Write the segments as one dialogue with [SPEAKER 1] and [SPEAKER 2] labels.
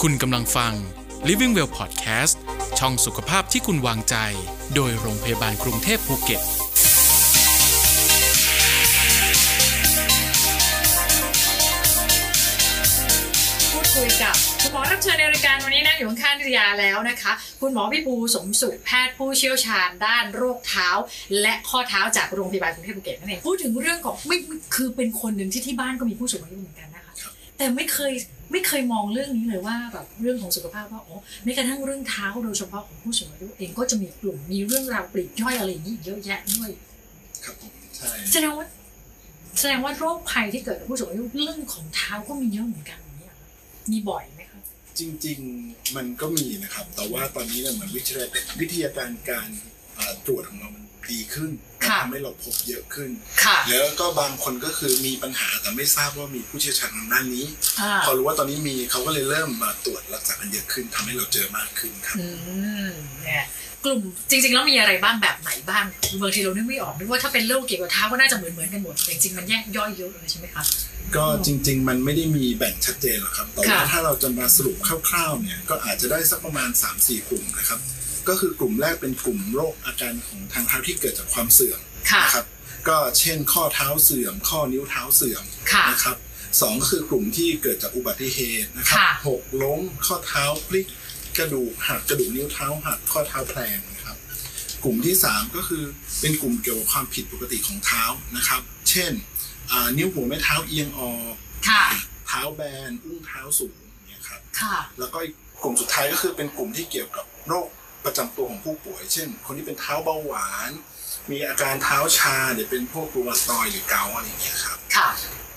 [SPEAKER 1] คุณกำลังฟัง Living Well Podcast ช่องสุขภาพที่คุณวางใจ โดยโรงพยาบาลกรุงเทพภูเก็ต
[SPEAKER 2] พูดคุยกับคุณหมอรับเชิญในรายการวันนี้นะอยู่ข้างๆนิตยาแล้วนะคะ คุณหมอวิภูสมสุขแพทย์ผู้เชี่ยวชาญด้านโรคเท้า และข้อเท้าจากโรงพยาบาลกรุงเทพภูเก็ตนั่นเองพูดถึงเรื่องของไม่ไม่คือเป็นคนหนึ่งที่ที่บ้านก็มีผู้สูงอายุเหมือนกันนะคะ แต่ไม่เคยไม่เคยมองเรื่องนี้เลยว่าแบบเรื่องของสุขภาพว่าโอ้แม้กระทั่งเรื่องเท้าโดยเฉพาะของผู้สูงอายุเองก็จะมีกลุ่มมีเรื่องราวปลีกย่อยอะไรอย่างนี้อีกเยอะแยะด้วย
[SPEAKER 3] ครับผมใช่
[SPEAKER 2] แสดงว่าแสดงว่าโรคภัยที่เกิดกับผู้สูงอายุเรื่องของเท้าก็มีเยอะเหมือนกันอย่างเนี้ยมีบ่อยไหมคะ
[SPEAKER 3] จริงๆมันก็มีนะครับ แต่ว่าตอนนี้เนี่ยเหมือนวิทยาวิทยาการการเอ่อตรวจของเรามันดีขึ้น
[SPEAKER 2] ค่ะ
[SPEAKER 3] ทำให้เราพบเยอะขึ้น
[SPEAKER 2] ค่ะ
[SPEAKER 3] แล้วก็บางคนก็คือมีปัญหาแต่ไม่ทราบว่ามีผู้เชี่ยวชาญทางด้านนี้
[SPEAKER 2] อ่า
[SPEAKER 3] พอรู้ว่าตอนนี้มีเขาก็เลยเริ่มมาตรวจรักษากันเยอะขึ้นทำให้เราเจอมากขึ้นครับ
[SPEAKER 2] อืมเนี่ยกลุ่มจริง ๆ แล้วมีอะไรบ้างแบบไหนบ้างบางทีเรานึกไม่ออกนึกว่าถ้าเป็นโรคเกี่ยวกับเท้าก็น่าจะเหมือนๆกันหมดแต่จริงๆมันแยกย่อยเยอะเลยใช่ไหมคะ
[SPEAKER 3] ก็จริง ๆ มันไม่ได้มีแบ่งชัดเจนหรอกครับ แต่ว่า
[SPEAKER 2] ค่ะ
[SPEAKER 3] ถ้าเราจะมาสรุปคร่าวๆเนี่ยก็อาจจะได้สักประมาณ 3-4 กลุ่มนะครับ ก็คือกลุ่มแรกเป็นกลุ่มโรคอาการของทางเท้าที่เกิดจากความเสื่อม
[SPEAKER 2] ค่ะ
[SPEAKER 3] นะครับก็เช่นข้อเท้าเสื่อม ข้อนิ้วเท้าเสื่อม
[SPEAKER 2] ค่ะ
[SPEAKER 3] นะครับสองก็คือกลุ่มที่เกิดจากอุบัติเหตุนะครับ
[SPEAKER 2] ค่ะ
[SPEAKER 3] หกล้มข้อเท้าพลิกกระดูกหักกระดูกนิ้วเท้าหักข้อเท้าแพลงนะครับกลุ่มที่สามก็คือเป็นกลุ่มเกี่ยวกับความผิดปกติของเท้านะครับ เช่นอ่านิ้วหัวแม่เท้าเอียงออก
[SPEAKER 2] ค่ะ
[SPEAKER 3] เท้าแบนอุ้งเท้าสูงเนี่ยครับ
[SPEAKER 2] ค่ะ
[SPEAKER 3] แล้วก็อีกกลุ่มสุดท้ายก็คือเป็นกลุ่มที่เกี่ยวกับโรคประจำตัวของผู้ป่วย เช่น คนที่เป็นเท้าเบาหวาน มีอาการเท้าชาหรือเป็นพวกรูมาตอยด์หรือเกาต์อะไรอย่างเงี้ยครับ
[SPEAKER 2] ค่ะ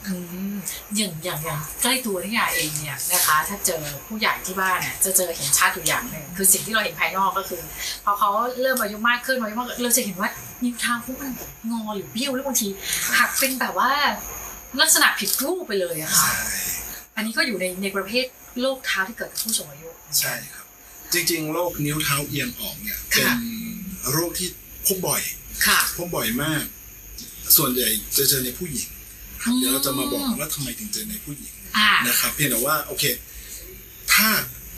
[SPEAKER 2] อืมอย่างอย่างอย่างใกล้ตัวที่ยาเองเนี่ยนะคะ ถ้าเจอผู้ใหญ่ที่บ้านเนี่ยจะเจอเห็นชัดอยู่อย่างหนึ่งคือสิ่งที่เราเห็นภายนอกก็คือ พอเขาเริ่มอายุมากขึ้นอายุมากขึ้นเราจะเห็นว่านิ้วเท้าพวกมันงอหรือเบี้ยวหรือบางทีหักเป็นแบบว่าลักษณะผิดรูปไปเลยอะค่ะ
[SPEAKER 3] ใช่
[SPEAKER 2] อันนี้ก็อยู่ในในประเภทโรคเท้าที่เกิดกับผู้สูงอายุ
[SPEAKER 3] ใช่ครับ จริงๆ โรคนิ้วเท้าเอียงออกเนี่ย
[SPEAKER 2] ค่ะ
[SPEAKER 3] เป็นโรคที่พบบ่อย
[SPEAKER 2] ค่ะ
[SPEAKER 3] พบบ่อยมาก ส่วนใหญ่จะเจอในผู้หญิงครับ
[SPEAKER 2] อืม
[SPEAKER 3] เดี๋ยวเราจะมาบอกว่าทำไมถึงเจอในผู้หญิง
[SPEAKER 2] อ่า
[SPEAKER 3] นะครับเพียงแต่ว่าโอเค ถ้า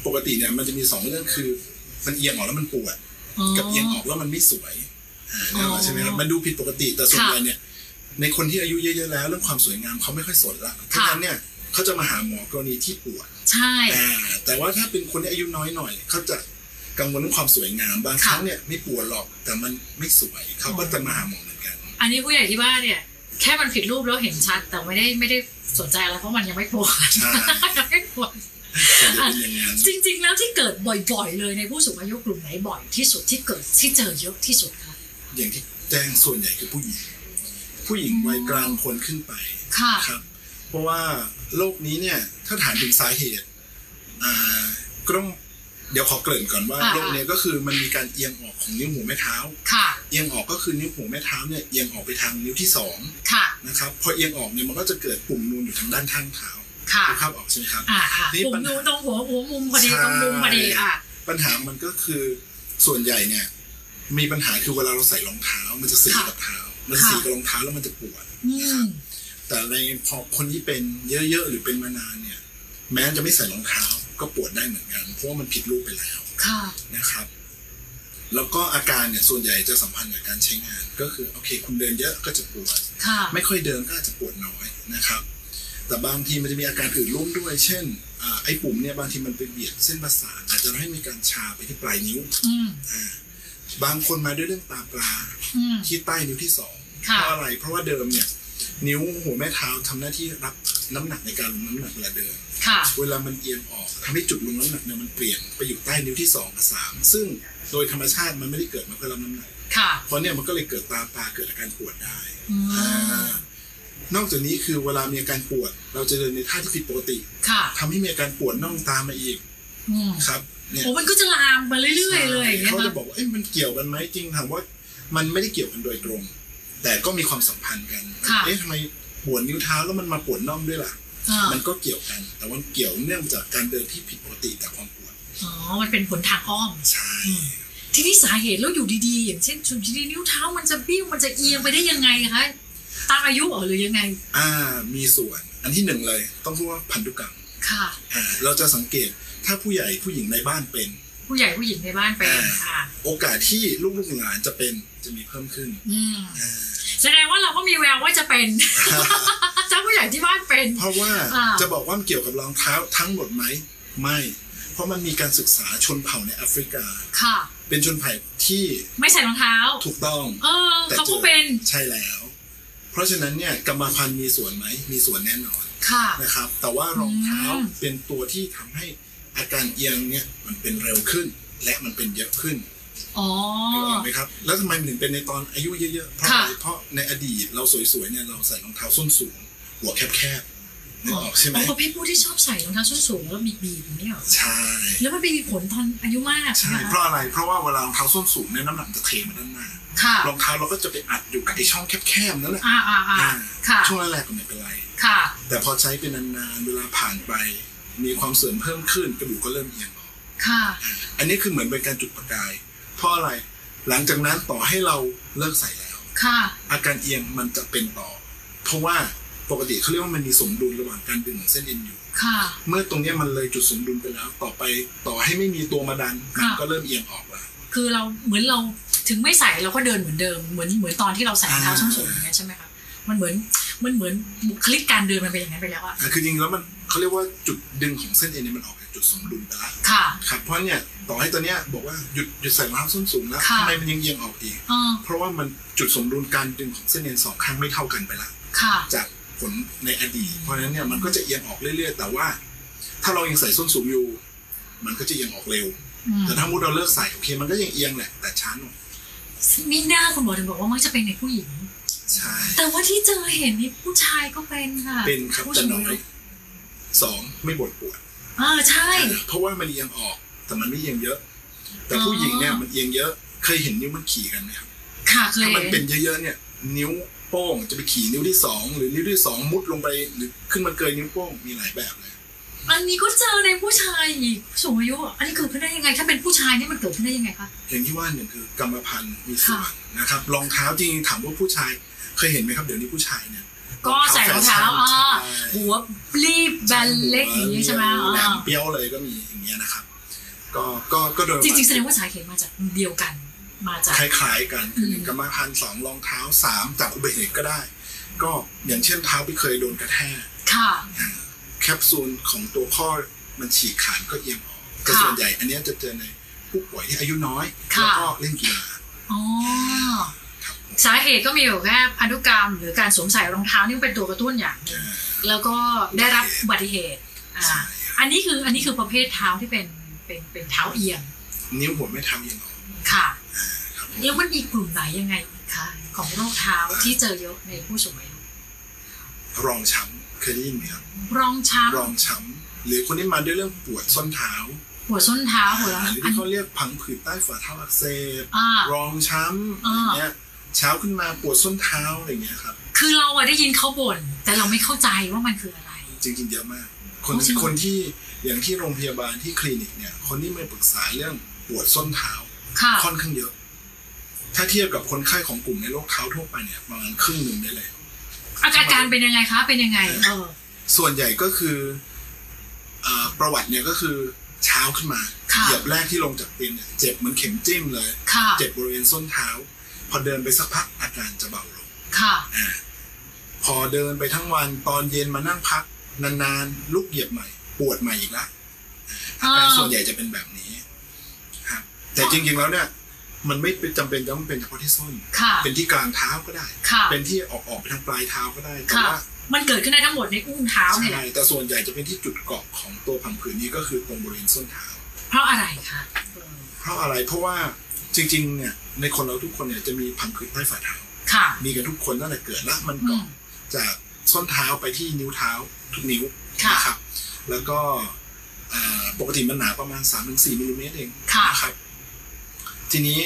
[SPEAKER 3] ปกติเนี่ยมันจะมีสองเรื่องคือ มันเอียงออกแล้วมันปวด
[SPEAKER 2] อ๋อ
[SPEAKER 3] กับเอียงออกแล้วมันไม่สวยอ่า
[SPEAKER 2] อ๋อ
[SPEAKER 3] นึกออกใช่ไหมครับมันดูผิดปกติแต่ส่วน
[SPEAKER 2] ค่ะ
[SPEAKER 3] ใหญ่เนี่ย ในคนที่อายุเยอะๆแล้วเรื่องความสวยงามเขาไม่ค่อยสนละเพราะฉะนั้น
[SPEAKER 2] ค่ะ
[SPEAKER 3] เนี่ยเขาจะมาหาหมอกรณีที่ปวด
[SPEAKER 2] ใช่
[SPEAKER 3] อ่าแต่ว่าถ้าเป็นคนที่อายุน้อยหน่อยเขาจะกังวลเรื่องความสวยงามบางครั้ง
[SPEAKER 2] ค่ะ
[SPEAKER 3] เนี่ยไม่ปวดหรอกแต่มันไม่สวยเขาก็จะมาหาหมอเหมือนกัน
[SPEAKER 2] อันนี้ผู้ใหญ่ที่บ้านเนี่ย แค่มันผิดรูปแล้วเห็นชัด แต่ไม่ได้ไม่ได้สนใจอะไรเพราะมันยังไม่ปวด
[SPEAKER 3] ใช่
[SPEAKER 2] ยังไม่ปวด
[SPEAKER 3] ส่วนใหญ่เป็นอย่างนั้น
[SPEAKER 2] จริง ๆ แล้วที่เกิดบ่อยๆ เลยในผู้สูงอายุกลุ่มไหนบ่อยที่สุดที่เกิดที่เจอเยอะที่สุดคะ
[SPEAKER 3] อย่างที่แจ้งส่วนใหญ่คือผู้หญิง ผู้หญิงวัยกลางคนขึ้นไป
[SPEAKER 2] ค่ะ
[SPEAKER 3] ครับเพราะว่าโรคนี้เนี่ยถ้าถามถึงสาเหตุอ่าก็ต้องเดี๋ยวขอเกริ่นก่อนว่า
[SPEAKER 2] อ่า
[SPEAKER 3] โรคเนี้ยก็คือมันมีการเอียงออกของนิ้วหัวแม่เท้า
[SPEAKER 2] ค่ะ
[SPEAKER 3] เอียงออกก็คือนิ้วหัวแม่เท้าเนี่ยเอียงออกไปทางนิ้วที่สอง
[SPEAKER 2] ค่ะ
[SPEAKER 3] นะครับพอเอียงออกเนี่ยมันก็จะเกิดปุ่มนูนอยู่ทางด้านข้างเท้า
[SPEAKER 2] ค่ะ
[SPEAKER 3] ดูภาพออกใช่ไหมครับ
[SPEAKER 2] อ่าอ่า
[SPEAKER 3] นี่
[SPEAKER 2] ผม
[SPEAKER 3] ปัญหา
[SPEAKER 2] ดูตรงหัวหัวมุมพอดี
[SPEAKER 3] ใช่
[SPEAKER 2] ตรงมุมพอดีอ่ะ
[SPEAKER 3] ปัญหามันก็คือส่วนใหญ่เนี่ยมีปัญหาคือเวลาเราใส่รองเท้า มันจะสีกับเท้า มันสีกับรองเท้าแล้วมันจะปวด
[SPEAKER 2] อืม
[SPEAKER 3] แต่ในพอคนที่เป็นเยอะๆ หรือเป็นมานานเนี่ย แม้จะไม่ใส่รองเท้าก็ปวดได้เหมือนกัน เพราะว่ามันผิดรูปไปแล้ว
[SPEAKER 2] ค่ะ
[SPEAKER 3] นะครับ แล้วก็อาการเนี่ยส่วนใหญ่จะสัมพันธ์กับการใช้งาน ก็คือโอเคคุณเดินเยอะก็จะปวด
[SPEAKER 2] ค่ะ
[SPEAKER 3] ไม่ค่อยเดินก็อาจจะปวดน้อยนะครับ แต่บางทีมันจะมีอาการอื่นร่วมด้วย เช่นอาไอ้ปุ่มเนี่ยบางทีมันไปเบียดเส้นประสาทอาจจะทำให้มีการชาไปที่ปลายนิ้ว
[SPEAKER 2] อืม
[SPEAKER 3] อ่าบางคนมาด้วยเรื่องตาปลา
[SPEAKER 2] อืม
[SPEAKER 3] ที่ใต้นิ้วที่สองเพ
[SPEAKER 2] ค่ะ
[SPEAKER 3] ราะอะไร เพราะว่าเดิมเนี่ย นิ้วหัวแม่เท้าทำหน้าที่รับน้ำหนักในการลงน้ำหนักเวลาเดิน
[SPEAKER 2] ค่ะ
[SPEAKER 3] เวลามันเอียงออกทำให้จุดลงน้ำหนักเนี่ยมันเปลี่ยนไปอยู่ใต้นิ้วที่สองกับสามซึ่งโดยธรรมชาติมันไม่ได้เกิดมาเพื่อรับน้ำหนัก
[SPEAKER 2] ค่ะ
[SPEAKER 3] เพราะเนี่ยมันก็เลยเกิดตาปลาเกิดอาการปวดได้
[SPEAKER 2] อืม
[SPEAKER 3] อ่านอกจากนี้คือเวลามีอาการปวด เราจะเดินในท่าที่ผิดปกติ
[SPEAKER 2] ค่ะ
[SPEAKER 3] ทำให้มีอาการปวดน่องตามมาอีก
[SPEAKER 2] อืม
[SPEAKER 3] ครับเนี่ย
[SPEAKER 2] โอ้มันก็จะลามมาเรื่อยๆเลยอย่างเงี้ย
[SPEAKER 3] เขาจะ
[SPEAKER 2] นะ
[SPEAKER 3] บอกว่าเอ้ยมันเกี่ยวกันไหมจริงถามว่ามันไม่ได้เกี่ยวกันโดยตรง แต่ก็มีความสัมพันธ์กัน
[SPEAKER 2] ค่ะ
[SPEAKER 3] เอ๊ะทำไมปวดนิ้วเท้าแล้วมันมาปวดน่องด้วยล่ะ
[SPEAKER 2] อ่า
[SPEAKER 3] มันก็เกี่ยวกัน แต่ว่าเกี่ยวเนื่องจากการเดินที่ผิดปกติจากความปวด
[SPEAKER 2] อ๋อ มันเป็นผลทางอ้อม
[SPEAKER 3] ใช่
[SPEAKER 2] อืม ทีนี้สาเหตุแล้วอยู่ดีๆ อย่างเช่นชุนชีดีนิ้วเท้ามันจะบิ้วมันจะเอียงไปได้ยังไงคะตามอายุเหรอหรือยังไง
[SPEAKER 3] อ่ามีส่วน อันที่หนึ่งเลย ต้องพูดว่าพันธุกรรม
[SPEAKER 2] ค่ะ
[SPEAKER 3] อ่าเราจะสังเกต ถ้าผู้ใหญ่ผู้หญิงในบ้านเป็น
[SPEAKER 2] ผู้ใหญ่ผู้หญิงในบ้านเป็นอ่า
[SPEAKER 3] โอกาสที่ลูกๆหลานๆจะเป็นจะมีเพิ่มขึ้น
[SPEAKER 2] อืม
[SPEAKER 3] อ่า
[SPEAKER 2] แสดงว่าเราก็มีแววว่าจะเป็น ถ้าผู้ใหญ่ที่บ้านเป็น
[SPEAKER 3] เพราะว่า
[SPEAKER 2] อ่า
[SPEAKER 3] จะบอกว่ามันเกี่ยวกับรองเท้าทั้งหมดไหมไม่ เพราะมันมีการศึกษาชนเผ่าในแอฟริกา
[SPEAKER 2] ค่ะ
[SPEAKER 3] เป็นชนเผ่าที่
[SPEAKER 2] ไม่ใส่รองเท้า
[SPEAKER 3] ถูกต้อง
[SPEAKER 2] เออ
[SPEAKER 3] แต่
[SPEAKER 2] เขา
[SPEAKER 3] จ
[SPEAKER 2] ก็
[SPEAKER 3] อ
[SPEAKER 2] เป็น
[SPEAKER 3] ใช่แล้ว เพราะฉะนั้นเนี่ยกรรมพันธุ์มีส่วนไหมมีส่วนแน่นอน
[SPEAKER 2] ค่ะ
[SPEAKER 3] นะครับ แต่ว่ารองเท้า
[SPEAKER 2] อืม
[SPEAKER 3] เป็นตัวที่ทำให้อาการเอียงเนี่ยมันเป็นเร็วขึ้น และมันเป็นเยอะขึ้น
[SPEAKER 2] อ๋อ
[SPEAKER 3] นึกออกไหมครับ แล้วทำไมมันถึงเป็นในตอนอายุเยอะๆเพราะ
[SPEAKER 2] ค่ะ
[SPEAKER 3] อะไรเพราะในอดีตเราสวยๆเนี่ยเราใส่รองเท้าส้นสูง หัวแคบๆนึกออกใช่ไหม
[SPEAKER 2] อ๋อประเภทผู้ที่ชอบใส่รองเท้าส้นสูงแล้วบีบบีบอย่างเนี่ยเหรอ
[SPEAKER 3] ใช่
[SPEAKER 2] แล้วมันไปมีผลตอนอายุมาก
[SPEAKER 3] ใช่
[SPEAKER 2] นค
[SPEAKER 3] เพราะอะไรเพราะว่าเวลารองเท้าส้นสูงเนี่ยน้ำหนักจะเทมาด้านหน้า
[SPEAKER 2] ค่ะ
[SPEAKER 3] รองเท้าเราก็จะไปอัดอยู่กับไอ้ช่องแคบๆนั่นแหละ
[SPEAKER 2] อ่าอ่าอ่า
[SPEAKER 3] อ่า
[SPEAKER 2] ค่ะ
[SPEAKER 3] ช่วงแรกๆก็ไม่เป็นไร
[SPEAKER 2] ค่ะ
[SPEAKER 3] แต่พอใช้เป็นนานๆ เวลาผ่านไป มีความเสื่อมเพิ่มขึ้นกระดูกก็เริ่มเอียงออก
[SPEAKER 2] ค่ะ
[SPEAKER 3] อันนี้คือเหมือนเป็นการจุดประกาย เพราะอะไร หลังจากนั้นต่อให้เราเลิกใส่แล้ว
[SPEAKER 2] ค่ะ
[SPEAKER 3] อาการเอียงมันจะเป็นต่อ เพราะว่าปกติเขาเรียกว่ามันมีสมดุลระหว่างการดึงของเส้นเอ็นอยู่
[SPEAKER 2] ค่ะ
[SPEAKER 3] เมื่อตรงเนี้ยมันเลยจุดสมดุลไปแล้ว ต่อไปต่อให้ไม่มีตัวมาดันมั
[SPEAKER 2] ค่ะ
[SPEAKER 3] นก็เริ่มเอียงออกแล้ว
[SPEAKER 2] คือเราเหมือนเราถึงไม่ใส่เราก็เดินเหมือนเดิม เหมือนเหมือนตอนที่เราใส่รองเท้าส้นสูงอย่างเงี้ยใช่ไหมคะ มันเหมือนมันเหมือนบุคลิกการเดินมันเป็นอย่างนั้นไปแล้วอะ
[SPEAKER 3] อ่ะคือจริงๆแล้วมันเขาเรียกว่าจุดดึงของเส้นเอ็นเนี่ยมันออกจากจุดสมดุลไปแล้ว
[SPEAKER 2] ค่ะ
[SPEAKER 3] ครับเพราะเนี่ยต่อให้ตัวเนี้ยบอกว่าหยุดหยุดใส่รองเท้าส้นสูงแล้ว
[SPEAKER 2] ค่ะ
[SPEAKER 3] ทำไมมันยังเอียงออกอีก
[SPEAKER 2] อ๋อ
[SPEAKER 3] เพราะว่ามันจุดสมดุลการดึงของเส้นเอ็นสองข้างไม่เท่ากันไปละ
[SPEAKER 2] ค่ะ
[SPEAKER 3] จากผลในอดีตเพราะฉะนั้นเนี่ยมันก็จะเอียงออกเรื่อย ๆ แต่ว่า ถ้าเรายังใส่ส้นสูงอยู่ มันก็จะเอียงออกเร็ว
[SPEAKER 2] อืม
[SPEAKER 3] แต่ถ้ามุดเราเลิกใส่โอเคมันก็ยังเอียงแหละแต่ช้าลง
[SPEAKER 2] มิหน้าคุณหมอถึงบอกว่ามักจะเป็นในผู้หญิง
[SPEAKER 3] ใช่
[SPEAKER 2] แต่ว่าที่เจอเห็นนี่ผู้ชายก็เป็นค่ะ
[SPEAKER 3] เป็นครับ
[SPEAKER 2] ผู้
[SPEAKER 3] แต่
[SPEAKER 2] ชา
[SPEAKER 3] น้อยสองไม่ปวดปวด
[SPEAKER 2] อ่าใช่
[SPEAKER 3] เพราะว่ามันเอียงออก แต่มันไม่เอียงเยอะ แต่
[SPEAKER 2] อ๋อ
[SPEAKER 3] ผู้หญิงเนี่ยมันเอียงเยอะเคยเห็นนิ้วมันขี่กันไหมครับ
[SPEAKER 2] ค่ะเคย
[SPEAKER 3] ถ้ามันเป็นเยอะๆเนี่ย นิ้วโป้งจะไปขี่นิ้วที่สองหรือนิ้วที่สองมุดลงไปหรือขึ้นมาเกยนิ้วโป้งมีหลายแบบเลย
[SPEAKER 2] อันนี้ก็เจอในผู้ชายอีกผู้สูงอายุอันนี้เกิดขึ้นได้ยังไง ถ้าเป็นผู้ชายนี่มันเกิดขึ้นได้ยังไงคะ
[SPEAKER 3] อย่างที่ว่าหนึ่งคือกรรมพันธุ์มีส่ว
[SPEAKER 2] ค่ะ
[SPEAKER 3] นนะครับรองเท้าจริงๆถามว่าผู้ชายเคยเห็นไหมครับ เดี๋ยวนี้ผู้ชายเนี่ย
[SPEAKER 2] ก็ใส่รองเท้าอ่า
[SPEAKER 3] ใช่
[SPEAKER 2] หัวรีบแบนเล็กอย่างนี้ใช่ไหม
[SPEAKER 3] แหล
[SPEAKER 2] อ่า
[SPEAKER 3] เปรี้ยวเลยก็มีอย่างเงี้ยนะครับ ก็ก็ก็โดย
[SPEAKER 2] จริงๆแสดงว่าสาเหตุมาจากเดียวกันมาจาก
[SPEAKER 3] คล้ายๆกันคือหนึ่ง
[SPEAKER 2] อืม
[SPEAKER 3] กรรมพันธุ์สองรองเท้าสามจากอุบัติเหตุก็ได้ ก็อย่างเช่นเท้าไปเคยโดนกระแทก
[SPEAKER 2] ค่ะ
[SPEAKER 3] อ่าแคปซูลของตัวข้อมันฉีกขาดก็เอียงออกแต่ส่วนใหญ่อันเนี้ยจะเจอในผู้ป่วยที่อายุน้อยแล้วก็เล่นกีฬา
[SPEAKER 2] อ๋อ
[SPEAKER 3] ครับผม
[SPEAKER 2] สาเหตุก็มีอยู่แค่พันธุกรรม หรือการสวมใส่รองเท้านี่เป็นตัวกระตุ้นอย่างหนึ่ง
[SPEAKER 3] อ่า
[SPEAKER 2] แล้วก็ได้รับอุบัติเหตุอ่า
[SPEAKER 3] ใช่
[SPEAKER 2] อันนี้คืออันนี้คือประเภทเท้าที่เป็นเป็นเป็นเท้าเอียง
[SPEAKER 3] นิ้วหัวไม่ทำเอียงออก
[SPEAKER 2] ค่ะ แล้วมันมีกลุ่มไหนยังไงอีกคะของโรคเท้าที่เจอเยอะในผู้สูงอายุ
[SPEAKER 3] รองช้ำเคยได้ยินไหมครับ
[SPEAKER 2] รองช้
[SPEAKER 3] รองช้ำหรือคนที่มาด้วยเรื่องปวดส้นเท้า
[SPEAKER 2] ำหัวส้นเท้าหัวรอง
[SPEAKER 3] หรือ
[SPEAKER 2] อัน
[SPEAKER 3] ที่เขาเรียกพังผืดใต้ฝ่าเท้าอักเสบ
[SPEAKER 2] อ่า
[SPEAKER 3] รองช้ำอะไร
[SPEAKER 2] อ่า
[SPEAKER 3] เงี้ยเช้าขึ้นมาปวดส้นเท้าอะไรเงี้ยครับ
[SPEAKER 2] คือเราอะได้ยินเขาบ่นแต่เราไม่เข้าใจว่ามันคืออะไร
[SPEAKER 3] จริงๆเยอะมาก คน
[SPEAKER 2] อ๋อจริงเหรอ
[SPEAKER 3] คนที่อย่างที่โรงพยาบาลที่คลินิกเนี่ย คนที่มาปรึกษาเรื่องปวดส้นเท้า
[SPEAKER 2] ค่ะ
[SPEAKER 3] ค่อนข้างเยอะ ถ้าเทียบกับคนไข้ของกลุ่มในโรคเท้าทั่วไปเนี่ยประมาณครึ่งหนึ่งได้เลย
[SPEAKER 2] อาการการเป็นยังไงคะเป็นยังไง เออ
[SPEAKER 3] ส่วนใหญ่ก็คืออ่าประวัติเนี่ยก็คือเช้าขึ้นมา
[SPEAKER 2] ค่ะ
[SPEAKER 3] เหยียบแรกที่ลงจากเตียงเนี่ยเจ็บเหมือนเข็มจิ้มเลย
[SPEAKER 2] ค่ะ
[SPEAKER 3] เจ็บบริเวณส้นเท้า พอเดินไปสักพักอาการจะเบาลง
[SPEAKER 2] ค่ะ
[SPEAKER 3] อ่าพอเดินไปทั้งวันตอนเย็นมานั่งพัก นานๆลุกเหยียบใหม่ ปวดใหม่อีกละอาการส่วนใหญ่จะเป็นแบบนี้ครับแต่จริงๆแล้วเนี่ย มันไม่เป็นจำเป็นจะต้องเป็นเฉพาะที่ส้น
[SPEAKER 2] ค่ะ
[SPEAKER 3] เป็นที่กลางเท้าก็ได้
[SPEAKER 2] ค่ะ
[SPEAKER 3] เป็นที่ออกออกไปทางปลายเท้าก็ได้แต่
[SPEAKER 2] ค่ะ
[SPEAKER 3] ว่า
[SPEAKER 2] มันเกิดขึ้นได้ทั้งหมดในอุ้งเท้าเนี่ยแห
[SPEAKER 3] ใช่
[SPEAKER 2] ละ
[SPEAKER 3] แต่ส่วนใหญ่จะเป็นที่จุดเกาะของตัวผังผืดนี้ก็คือตรงบริเวณส้นเท้า
[SPEAKER 2] เพราะอะไรคะเออ
[SPEAKER 3] เพราะอะไรเพราะว่าจริงๆเนี่ยในคนเราทุกคนเนี่ยจะมีผังผืดใต้ฝ่าเท้า
[SPEAKER 2] ค่ะ
[SPEAKER 3] มีกันทุกคนตั้งแต่เกิดละมัน
[SPEAKER 2] อื
[SPEAKER 3] เกาะ
[SPEAKER 2] ม
[SPEAKER 3] จากส้นเท้าไปที่นิ้วเท้าทุกนิ้ว
[SPEAKER 2] ค่ะ
[SPEAKER 3] นะครับ แล้วก็อ่าปกติมันหนาประมาณ 3-4มิลลิเมตรเอง
[SPEAKER 2] ค่ะ
[SPEAKER 3] นะครับ ทีนี้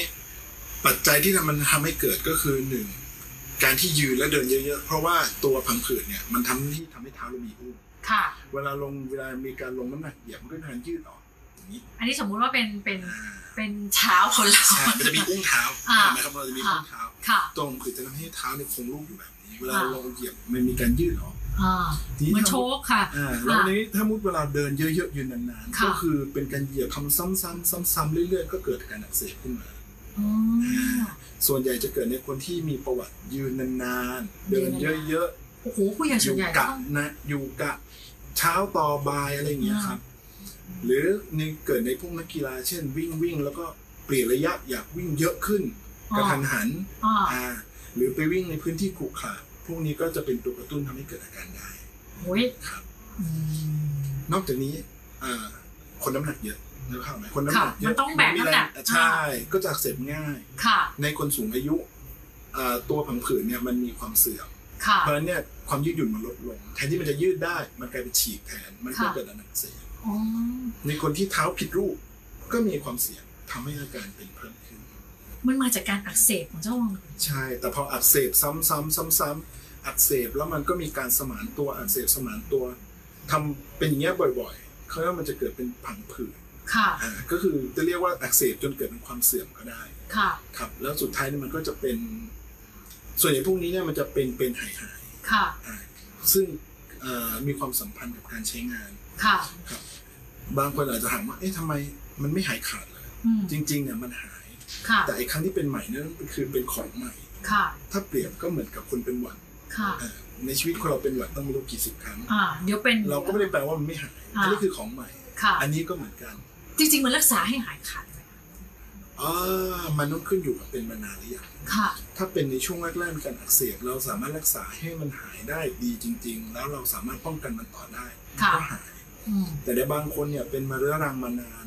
[SPEAKER 3] ปัจจัยที่ทำมันทำให้เกิดก็คือหนึ่งการที่ยืนและเดินเยอะๆเพราะว่าตัวผังผืดเนี่ยมันทำที่ทำให้เท้าเรามีอุ้ง
[SPEAKER 2] ค่ะ
[SPEAKER 3] เวลาลงเวลามีการลงน้ำหนักเหยียบมันก็จะยืดออกอย่างนี้
[SPEAKER 2] อันนี้สมมุติว่าเป็นเป็น
[SPEAKER 3] อ่า
[SPEAKER 2] เป็นเท้าคนเรา
[SPEAKER 3] ใช่ มันจะมีอุ้งเท้า
[SPEAKER 2] อ่า
[SPEAKER 3] เห็นไหมครับเราจะมีอุ้งเท้า
[SPEAKER 2] ค่ะ
[SPEAKER 3] ตรงคือจะทำให้เท้าเนี่ยคงลูกอยู่แบบนี้ เวลา
[SPEAKER 2] อ่า
[SPEAKER 3] เราเหยียบมันมีการยืดออก
[SPEAKER 2] อ่า
[SPEAKER 3] ที
[SPEAKER 2] เหมือน
[SPEAKER 3] ถ้า
[SPEAKER 2] โชกค่ะ
[SPEAKER 3] อ่าแล้วนี้ถ้ามุดเวลาเดินเยอะๆยืนนานๆ
[SPEAKER 2] ค่ะ
[SPEAKER 3] ก็คือเป็นการเหยียบทำซ้ำๆซ้ำๆเรื่อยๆก็เกิดอาการอักเสบขึ้นมา
[SPEAKER 2] อ๋อ
[SPEAKER 3] ส่วนใหญ่จะเกิดในคนที่มีประวัติยืนนานๆ เดินเยอะ
[SPEAKER 2] โอ้โหผู้ใหญ่
[SPEAKER 3] ๆอ
[SPEAKER 2] ส่วน
[SPEAKER 3] ยู่
[SPEAKER 2] ใหญ่
[SPEAKER 3] กะ
[SPEAKER 2] ต้อง
[SPEAKER 3] นะอยู่กะเช้าต่อบ่ายอะไรอย่างเงี้ยครับ หรือในเกิดในพวกนักกีฬาเช่นวิ่งวิ่งแล้วก็เปลี่ยนระยะอยากวิ่งเยอะขึ้น
[SPEAKER 2] อ๋อ
[SPEAKER 3] กระทันหัน
[SPEAKER 2] อ่า
[SPEAKER 3] อ่าหรือไปวิ่งในพื้นที่ขรุขระพวกนี้ก็จะเป็นตัวกระตุ้นทำให้เกิดอาการได้
[SPEAKER 2] โอ้ย
[SPEAKER 3] ครับ
[SPEAKER 2] อืม
[SPEAKER 3] นอกจากนี้อ่าคนน้ำหนักเยอะนะครับคนน้ำหนักเย
[SPEAKER 2] ค่ะมั
[SPEAKER 3] อะ
[SPEAKER 2] นต้องแบกน้ำหนัก
[SPEAKER 3] มัมีแรงใช่ก็จะอักเสบง่าย
[SPEAKER 2] ค่ะ
[SPEAKER 3] ในคนสูงอายุอ่าตัวผังผืดเนี่ยมันมีความเสื่อม
[SPEAKER 2] ค่ะ
[SPEAKER 3] เพราะฉะนั้นเนี่ยความยืดหยุ่นมันลดลง แทนที่มันจะยืดได้ มันกลายเป็นฉีกแทน มันก็
[SPEAKER 2] ค่ะ
[SPEAKER 3] เกิดอันอักเสบ
[SPEAKER 2] อ๋อ
[SPEAKER 3] ในคนที่เท้าผิดรูปก็มีความเสี่ยงทำให้อาการเป็นเพิ่มขึ้น
[SPEAKER 2] มันมาจากการอักเสบของเจ้าวัง
[SPEAKER 3] ใช่ แต่พออักเสบซ้ำๆซ้ำๆอักเสบแล้วมันก็มีการสมานตัวอักเสบสมานตัวทำเป็นอย่างเงี้ยบ่อยๆเขาเรียกว่ามันจะเกิดเป็นผังผืด
[SPEAKER 2] ค่ะ
[SPEAKER 3] อ่าก็คือจะเรียกว่าอักเสบจนเกิดเป็นความเสื่อมก็ได้
[SPEAKER 2] ค่ะ
[SPEAKER 3] ครับ แล้วสุดท้ายเนี่ยมันก็จะเป็น ส่วนใหญ่พวกนี้เนี่ยมันจะเป็นเป็นหายหาย
[SPEAKER 2] ค่ะ
[SPEAKER 3] ๆอ่าซึ่งเอ่อมีความสัมพันธ์กับการใช้งาน
[SPEAKER 2] ค่ะ
[SPEAKER 3] บางคนอาจจะถามว่า เอ๊ะทำไมมันไม่หายขาดเลย
[SPEAKER 2] อืม
[SPEAKER 3] จริงๆเนี่ยมันหาย
[SPEAKER 2] ค่ะ
[SPEAKER 3] แต่ไอ้ครั้งที่เป็นใหม่นั้นคือเป็นของใหม่
[SPEAKER 2] ค่ะ
[SPEAKER 3] ถ้าเปรียบก็เหมือนกับคนเป็นหวัด
[SPEAKER 2] ค่ะ
[SPEAKER 3] อ่าในชีวิตคนเราเป็นหวัดต้องไม่รู้กี่สิบครั้ง
[SPEAKER 2] อ่า เดี๋ยวเป็น
[SPEAKER 3] เราก็ไม่ได้แปลว่ามันไม่หาย
[SPEAKER 2] อ่า
[SPEAKER 3] อันนี้คือของใหม่
[SPEAKER 2] ค่ะ
[SPEAKER 3] อันนี้ก็เหมือนกัน
[SPEAKER 2] จริง ๆ มันรักษาให้หายขาดไหม
[SPEAKER 3] อ่ามันต้องขึ้นอยู่กับเป็นมานานหรือยัง
[SPEAKER 2] ค่ะ
[SPEAKER 3] ถ้าเป็นในช่วงแรกๆมีการอักเสบเราสามารถรักษาให้มันหายได้ดีจริง ๆ แล้วเราสามารถป้องกันมันต่อได้
[SPEAKER 2] ค่ะ
[SPEAKER 3] ก็หาย
[SPEAKER 2] อืม
[SPEAKER 3] แต่ในบางคนเนี่ยเป็นมาเรื้อรังมานาน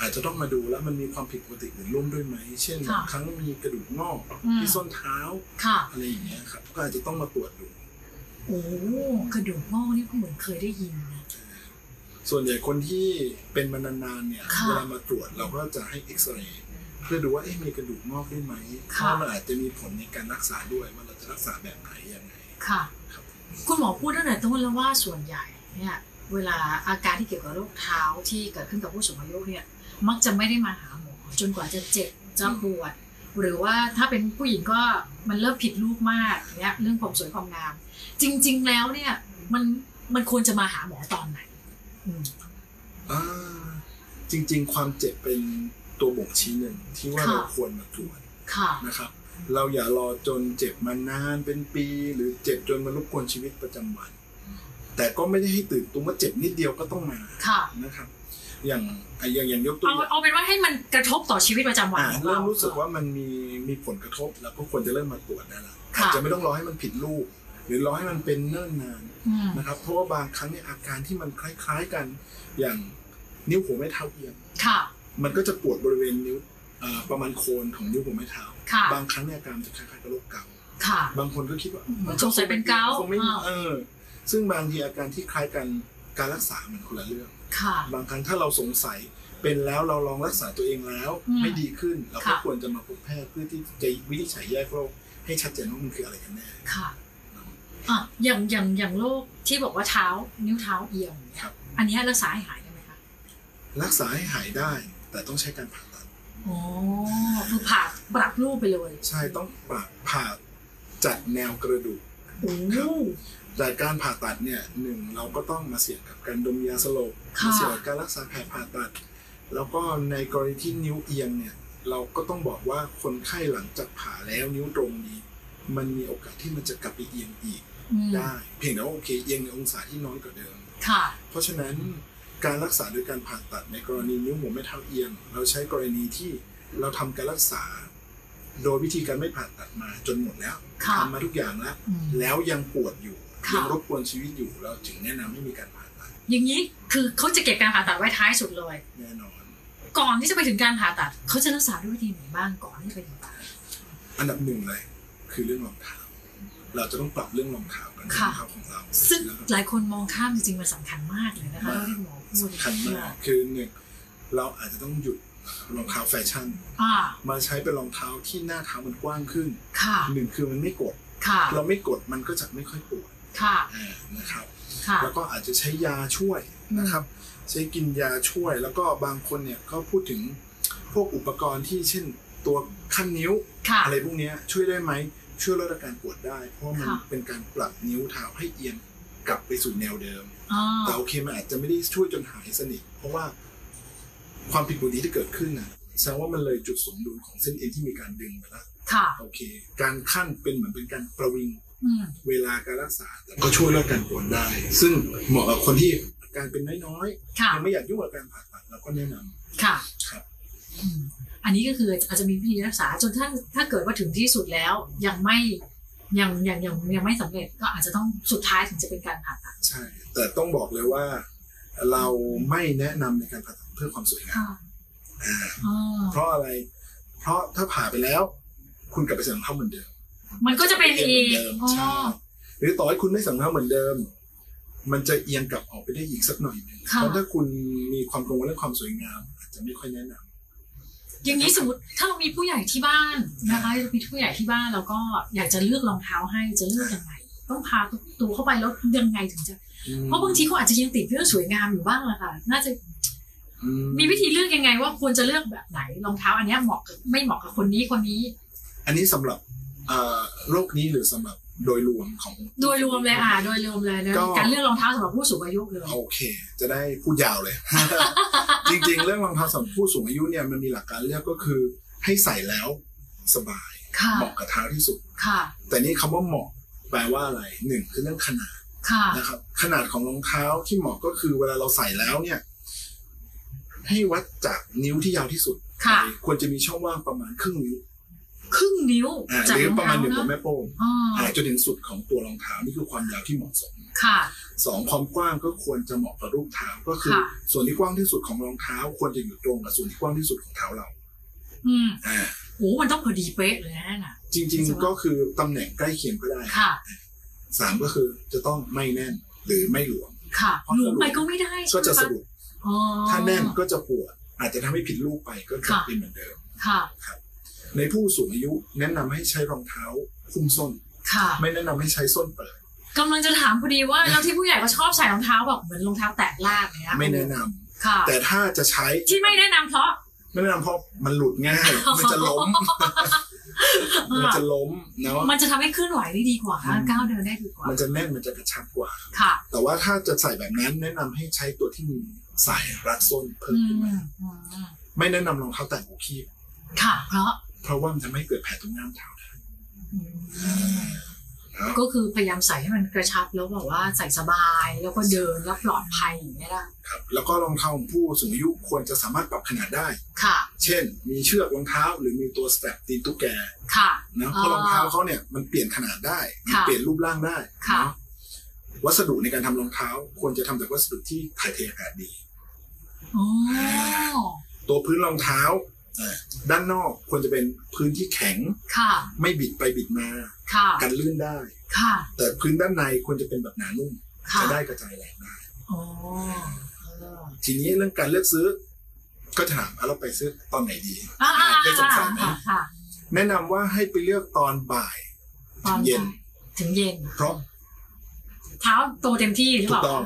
[SPEAKER 3] อาจจะต้องมาดูแล้วมันมีความผิดปกติอื่นร่วมด้วยไหม เช่น
[SPEAKER 2] ค่ะ
[SPEAKER 3] บางครั้งมีกระดูกงอก
[SPEAKER 2] อืม
[SPEAKER 3] ที่ส้นเท้า
[SPEAKER 2] ค่ะ
[SPEAKER 3] อะไรอย่างเงี้ยครับก็อาจจะต้องมาตรวจดู
[SPEAKER 2] โอ้กระดูกงอกนี่ก็เหมือนเคยได้ยินนะ
[SPEAKER 3] ส่วนใหญ่คนที่เป็นมานานๆเนี่ย
[SPEAKER 2] ค่ะ
[SPEAKER 3] เวลามาตรวจเราก็จะให้เอ็กซเรย์เพื่อดูว่าเอ๊ะมีกระดูกงอกด้วยไหมเพ
[SPEAKER 2] ค่ะ
[SPEAKER 3] ราะมันอาจจะมีผลในการรักษาด้วยว่าเราจะรักษาแบบไหนยังไง
[SPEAKER 2] ค่ะ
[SPEAKER 3] ครับ
[SPEAKER 2] คุณหมอพูดตั้งแต่ต้นแล้วว่าส่วนใหญ่เนี่ย เวลาอาการที่เกี่ยวกับโรคเท้าที่เกิดขึ้นกับผู้สูงอายุเนี่ย มักจะไม่ได้มาหาหมอ จนกว่าจะเจ็บจะปวด หรือว่าถ้าเป็นผู้หญิงก็มันเริ่มผิดลูกมากเนี่ยเรื่องความสวยความงาม จริง ๆ แล้วเนี่ย มันมันควรจะมาหาหมอตอนไหน อืม
[SPEAKER 3] อ่าจริงๆ ความเจ็บเป็นตัวบ่งชี้หนึ่งที่ว่า
[SPEAKER 2] ค่ะ
[SPEAKER 3] เราควรมาตรวจ
[SPEAKER 2] ค่ะ
[SPEAKER 3] นะครับ เราอย่ารอจนเจ็บมานานเป็นปี หรือเจ็บจนมารบกวนชีวิตประจำวัน แต่ก็ไม่ได้ให้ตื่นตัวว่าเจ็บนิดเดียวก็ต้องมา
[SPEAKER 2] ค่ะ
[SPEAKER 3] นะครับ อย่างอ่ะอย่างอย่างยกตัว
[SPEAKER 2] เอา
[SPEAKER 3] อย่าง
[SPEAKER 2] เอาเป็นว่าให้มันกระทบต่อชีวิตประจำวัน
[SPEAKER 3] อ่า
[SPEAKER 2] ของ
[SPEAKER 3] เริ่
[SPEAKER 2] เรา
[SPEAKER 3] มรู้สึกว่ามันมีมีผลกระทบแล้วก็ควรจะเริ่มมาตรวจได้แล้ว
[SPEAKER 2] ค่ะ
[SPEAKER 3] อาจจะไม่ต้องรอให้มันผิดลูก หรือรอให้มันเป็นเนิ่นนาน
[SPEAKER 2] อืม
[SPEAKER 3] นะครับเพราะว่าบางครั้งเนี่ยอาการที่มันคล้าย ๆกันอย่างนิ้วหัวแม่เท้าเอียง
[SPEAKER 2] ค่ะ
[SPEAKER 3] มันก็จะปวดบริเวณนิ้วเอ่อประมาณโคนของนิ้วหัวแม่เท้า
[SPEAKER 2] ค่ะ
[SPEAKER 3] บางครั้งเนี่ยอาการมันจะคล้ายๆกับโรคเกาต์
[SPEAKER 2] ค่ะ
[SPEAKER 3] บางคนก็คิดว่า
[SPEAKER 2] สงสัยเป็นเกาต์
[SPEAKER 3] คงไม่
[SPEAKER 2] อ่า
[SPEAKER 3] เออซึ่งบางทีอาการที่คล้ายกันการรักษามันคนละเรื่อง
[SPEAKER 2] ค่ะ
[SPEAKER 3] บางครั้งถ้าเราสงสัยเป็นแล้วเราลองรักษาตัวเองแล้ว
[SPEAKER 2] อืม
[SPEAKER 3] ไม่ดีขึ้นเราก็
[SPEAKER 2] ค่ะ
[SPEAKER 3] ควรจะมาพบแพทย์เพื่อที่จะวินิจฉัยแยกโรคให้ชัดเจนว่ามันคืออะไรกันแน่
[SPEAKER 2] ค่ะอ่ะอย่างอย่างอย่างโรคที่บอกว่าเท้านิ้วเท้าเอียงเนี่ย
[SPEAKER 3] ครับ
[SPEAKER 2] อันเนี้ยรักษาให้หายได้ไหมคะ
[SPEAKER 3] รักษาให้หายได้ แต่ต้องใช้การผ่าตัด
[SPEAKER 2] อ๋อคือผ่าปรับรูปไปเลย
[SPEAKER 3] ใช่ต้องปรับผ่าจัดแนวกระดูก
[SPEAKER 2] โอ้
[SPEAKER 3] จากการผ่าตัดเนี่ยหนึ่งเราก็ต้องมาเสี่ยงกับการดมยาสลบ
[SPEAKER 2] ค่ะ
[SPEAKER 3] มาเสี่ยงกับการรักษาแผลผ่าตัด แล้วก็ในกรณีที่นิ้วเอียงเนี่ยเราก็ต้องบอกว่าคนไข้หลังจากผ่าแล้วนิ้วตรงนี้ มันมีโอกาสที่มันจะกลับไปเอียงอีก
[SPEAKER 2] อืม
[SPEAKER 3] ได้ เพียงแต่ว่าโอเคเอียงในองศาที่น้อยกว่าเดิม
[SPEAKER 2] ค่ะ
[SPEAKER 3] เพราะฉะนั้นการรักษาโดยการผ่าตัดในกรณีนิ้วหัวแม่เท้าเอียง เราใช้กรณีที่เราทำการรักษา โดยวิธีการไม่ผ่าตัดมาจนหมดแล้ว
[SPEAKER 2] ค่ะ
[SPEAKER 3] ทำมาทุกอย่างแล้ว
[SPEAKER 2] อืม
[SPEAKER 3] แล้วยังปวดอยู่
[SPEAKER 2] ค่ะ
[SPEAKER 3] ยังรบกวนชีวิตอยู่เราจึงแนะนำให้มีการผ่าตัด
[SPEAKER 2] อย่างนี้คือเขาจะเก็บการผ่าตัดไว้ท้ายสุดเลย
[SPEAKER 3] แน่นอน
[SPEAKER 2] ก่อนที่จะไปถึงการผ่าตัดเขาจะรักษาด้วยวิธีไหนบ้างก่อนที่จะไปถึงผ่าตัด
[SPEAKER 3] อันดับหนึ่งเลย คือเรื่องรองเท้าเราจะต้องปรับเรื่องรองเท้ากันร
[SPEAKER 2] ค่ะ
[SPEAKER 3] องเท้าของเรา
[SPEAKER 2] ซึ่ง
[SPEAKER 3] นะครับ
[SPEAKER 2] หลายคนมองข้ามจริงๆมันสำคัญมากเลยนะคะ
[SPEAKER 3] มาก
[SPEAKER 2] ที่หมอพูด
[SPEAKER 3] สำคัญมากคือหนึ่งเราอาจจะต้องหยุดรองเท้าแฟชั่น
[SPEAKER 2] อ่า
[SPEAKER 3] มาใช้เป็นรองเท้าที่หน้าเท้ามันกว้างขึ้น
[SPEAKER 2] ค่ะ
[SPEAKER 3] หนึ่งคือมันไม่กด
[SPEAKER 2] ค่ะ
[SPEAKER 3] เราไม่กดมันก็จะไม่ค่อยปวด
[SPEAKER 2] ค่ะ
[SPEAKER 3] อ่านะครับ
[SPEAKER 2] ค่ะ
[SPEAKER 3] แล้วก็อาจจะใช้ยาช่วยนะครับ ใช้กินยาช่วย แล้วก็บางคนเนี่ยก็พูดถึงพวกอุปกรณ์ที่เช่นตัวขั้นนิ้ว
[SPEAKER 2] ค่ะ
[SPEAKER 3] อะไรพวกเนี้ยช่วยได้ไหมช่วยลดอาการปวดได้ เพราะมัน
[SPEAKER 2] ค่ะ
[SPEAKER 3] เป็นการปรับนิ้วเท้าให้เอียง กลับไปสู่แนวเดิม
[SPEAKER 2] อ๋อ
[SPEAKER 3] แต่โอเคมันอาจจะไม่ได้ช่วยจนหายสนิทเพราะว่าความผิดปกติที่เกิดขึ้นน่ะแสดงว่ามันเลยจุดสมดุลของเส้นเอ็นที่มีการดึงไปแล้ว
[SPEAKER 2] ค่ะ
[SPEAKER 3] โอเค การขั้นเป็นเหมือนเป็นการประวิง
[SPEAKER 2] อืม
[SPEAKER 3] เวลาการรักษาแต่ก็ช่วยลดการปวดได้ ซึ่งเหมาะกับคนที่อาการเป็นน้อย
[SPEAKER 2] ค่ะ
[SPEAKER 3] ๆยังไม่อยากยุ่งกับการผ่าตัดเราก็แนะนำ
[SPEAKER 2] ค่ะ
[SPEAKER 3] ครับ
[SPEAKER 2] อืมอันนี้ก็คืออาจจะมีวิธีรักษาจนถ้าถ้าเกิดว่าถึงที่สุดแล้ว ยังไม่ยังยังยังยังไม่สำเร็จก็อาจจะต้องสุดท้ายถึงจะเป็นการผ่าตัด
[SPEAKER 3] ใช่ แต่ต้องบอกเลยว่า เราไม่แนะนำในการผ่าตัดเพื่อความสวยงาม
[SPEAKER 2] ค่ะ
[SPEAKER 3] อ่า
[SPEAKER 2] อ๋อ
[SPEAKER 3] เพราะอะไร เพราะถ้าผ่าไปแล้ว คุณกลับไปใส่รองเท้าเหมือนเดิม
[SPEAKER 2] มันก็จะเป็น
[SPEAKER 3] เอียงเห
[SPEAKER 2] อี
[SPEAKER 3] มื
[SPEAKER 2] ก
[SPEAKER 3] อนเดิม
[SPEAKER 2] อ๋อ
[SPEAKER 3] ใช่หรือต่อให้คุณไม่ใส่รองเท้าเหมือนเดิม มันจะเอียงกลับออกไปได้อีกสักหน่อยหนึงเพ
[SPEAKER 2] ค่ะ
[SPEAKER 3] ราะถ้าคุณมีความกังวลเรื่องความสวยงาม อาจจะไม่ค่อยแนะนำ
[SPEAKER 2] อย่างนี้สมมติถ้าเรามีผู้ใหญ่ที่บ้านนะคะมีผู้ใหญ่ที่บ้านเราก็อยากจะเลือกรองเท้าให้จะเลือกยังไงต้องพาตัวเข้าไปแล้วยังไงถึงจะ
[SPEAKER 3] อืม
[SPEAKER 2] เพราะบางทีเขาอาจจะยังติดเรื่องสวยงามอยู่บ้างละค่ะ น่าจะ
[SPEAKER 3] อื
[SPEAKER 2] มีวิธีเลือกยังไง ว่าควรจะเลือกแบบไหนรองเท้าอันเนี้ยเหมาะกับไม่เหมาะกับคนนี้คนนี้
[SPEAKER 3] อันนี้สำหรับเอ่อโรคนี้หรือสำหรับโดยรวมของ
[SPEAKER 2] โดยรวมเลยอ่ะโดยรวมเลยนะ
[SPEAKER 3] ก็
[SPEAKER 2] การเลือกรองเท้าสำหรับผู้สูงอายุเลย
[SPEAKER 3] โอเค จะได้พูดยาวเลย จริงๆ เรื่องรองเท้าสำหรับผู้สูงอายุเนี่ยมันมีหลักการเลือกก็คือให้ใส่แล้วสบาย
[SPEAKER 2] ค่ะ
[SPEAKER 3] เหมาะกับเท้าที่สุด
[SPEAKER 2] ค่ะ
[SPEAKER 3] แต่นี่คำว่าเหมาะแปลว่าอะไรหนึ่งคือเรื่องขนาด
[SPEAKER 2] ค่ะ
[SPEAKER 3] นะครับ ขนาดของรองเท้าที่เหมาะก็คือเวลาเราใส่แล้วเนี่ย ให้วัดจากนิ้วที่ยาวที่สุด
[SPEAKER 2] ค่ะ
[SPEAKER 3] ควรจะมีช่องว่างประมาณครึ่งนิ้ว
[SPEAKER 2] ครึ่งนิ้ว
[SPEAKER 3] อ่า
[SPEAKER 2] จาก
[SPEAKER 3] หรื
[SPEAKER 2] ร
[SPEAKER 3] อ
[SPEAKER 2] อง
[SPEAKER 3] ประมา
[SPEAKER 2] เท้า
[SPEAKER 3] ณหนึ่ง
[SPEAKER 2] เน
[SPEAKER 3] หัว
[SPEAKER 2] อะ
[SPEAKER 3] แม่โป้ง
[SPEAKER 2] อ๋อ
[SPEAKER 3] อ่าจนถึงสุดของตัวรองเท้านี่คือความยาวที่เหมาะสม
[SPEAKER 2] ค่ะ
[SPEAKER 3] สองความกว้างก็ควรจะเหมาะกับรูปเท้าก็คือ
[SPEAKER 2] ค่ะ
[SPEAKER 3] ส่วนที่กว้างที่สุดของรองเท้า ควรจะอยู่ตรงกับส่วนที่กว้างที่สุดของเท้าเรา
[SPEAKER 2] อืม
[SPEAKER 3] อ่า
[SPEAKER 2] โอ้มันต้องพอดีเป๊ะเลยนะน่ะ
[SPEAKER 3] จริง ๆ ก็คือตำแหน่งใกล้เคียงก็ได้
[SPEAKER 2] ค่ะ
[SPEAKER 3] สามก็คือจะต้องไม่แน่นหรือไม่หลวม
[SPEAKER 2] ค่ะ
[SPEAKER 3] เพราะ
[SPEAKER 2] หล
[SPEAKER 3] ถ้าหลวม
[SPEAKER 2] วมไปก็ไม่ได้ใช่
[SPEAKER 3] ก็
[SPEAKER 2] ไหม
[SPEAKER 3] จะ
[SPEAKER 2] คะ
[SPEAKER 3] สะดุด
[SPEAKER 2] อ๋อ
[SPEAKER 3] ถ้าแน่นก็จะปวด อาจจะทำให้ผิดรูปไปก็กลั
[SPEAKER 2] ค่ะ
[SPEAKER 3] บเป็นเหมือนเดิม
[SPEAKER 2] ค่ะ
[SPEAKER 3] ในผู้สูงอายุแนะนำให้ใช้รองเท้าหุ้มส้น
[SPEAKER 2] ค่ะ
[SPEAKER 3] ไม่แนะนำให้ใช้ส้นเปิด
[SPEAKER 2] กำลังจะถามพอดี ว่าแล้วที่ผู้ใหญ่ก็ชอบใส่รองเท้าแบบเหมือนรองเท้าแตะลากเนี่ย
[SPEAKER 3] ไม่แนะนำ
[SPEAKER 2] ค่ะ
[SPEAKER 3] แต่ถ้าจะใช้
[SPEAKER 2] ที่ไม่แนะนำเพราะ
[SPEAKER 3] ไม่แนะนำเพราะมันหลุดง่าย มันจะล้ม มันจะล้มเนาะ
[SPEAKER 2] มันจะทำให้เคลื่อนไหวได้ดีกว่า
[SPEAKER 3] อืม
[SPEAKER 2] ก้าวเดินได้ดีกว่า
[SPEAKER 3] มันจะแน่นมันจะกระชับกว่า
[SPEAKER 2] ค่ะ
[SPEAKER 3] แต่ว่าถ้าจะใส่แบบนั้นแนะนำให้ใช้ตัวที่มีสายรัดส้นเพิ่ม
[SPEAKER 2] อื
[SPEAKER 3] ขึ้น
[SPEAKER 2] ม
[SPEAKER 3] มา
[SPEAKER 2] อืม
[SPEAKER 3] ไม่แนะนำรองเท้าแตะหูคีบ
[SPEAKER 2] ค่ะ เพราะ
[SPEAKER 3] เพราะว่ามันจะไม่เกิดแผลตรงง่ามเท้าได้
[SPEAKER 2] อืม
[SPEAKER 3] ครับ
[SPEAKER 2] ก็คือพยายามใส่ให้มันกระชับแล้วบอกว่าใส่สบาย แล้วก็เดินแล้วปลอดภัยอย่างนี้ยละ
[SPEAKER 3] ครับแล้วก็รองเท้าของผู้สูงอายุควรจะสามารถปรับขนาดได้
[SPEAKER 2] ค่ะ
[SPEAKER 3] เช่น มีเชือกรองเท้าหรือมีตัวสแตรปตีนตุ๊กแก
[SPEAKER 2] ค่ะ
[SPEAKER 3] นะ
[SPEAKER 2] อ๋อ
[SPEAKER 3] เพราะรองเท้าเขาเนี่ยมันเปลี่ยนขนาดได้มัน
[SPEAKER 2] ค่ะ
[SPEAKER 3] เปลี่ยนรูปร่างได้
[SPEAKER 2] ค่ะ
[SPEAKER 3] เนาะวัสดุในการทำรองเท้า ควรจะทำจากวัสดุที่ถ่ายเทอากาศดี
[SPEAKER 2] อ๋อ
[SPEAKER 3] ตัวพื้นรองเท้าอ่ะด้านนอกควรจะเป็นพื้นที่แข็ง
[SPEAKER 2] ค่ะ
[SPEAKER 3] ไม่บิดไปบิดมา
[SPEAKER 2] ค่ะ
[SPEAKER 3] กันลื่นได้
[SPEAKER 2] ค่ะ
[SPEAKER 3] แต่พื้นด้านในควรจะเป็นแบบหนานุ่ม
[SPEAKER 2] ค่ะ
[SPEAKER 3] จะได้กระจายแรงได้
[SPEAKER 2] อ๋อเออ
[SPEAKER 3] ทีนี้เรื่องการเลือกซื้อ ก็จะถามเอาเราไปซื้อตอนไหนดี
[SPEAKER 2] อ่าอ่า
[SPEAKER 3] ได้สงสัยไหม
[SPEAKER 2] อ่าค่ะ
[SPEAKER 3] แนะนำว่าให้ไปเลือกตอนบ่าย
[SPEAKER 2] ต
[SPEAKER 3] ถึ
[SPEAKER 2] อน
[SPEAKER 3] ง
[SPEAKER 2] บ่าย
[SPEAKER 3] เย็น
[SPEAKER 2] ถึงเย็น
[SPEAKER 3] เพราะ
[SPEAKER 2] เท้าโตเต็มที่หรือ
[SPEAKER 3] ถู
[SPEAKER 2] เป
[SPEAKER 3] ก
[SPEAKER 2] ล่า
[SPEAKER 3] ต้อง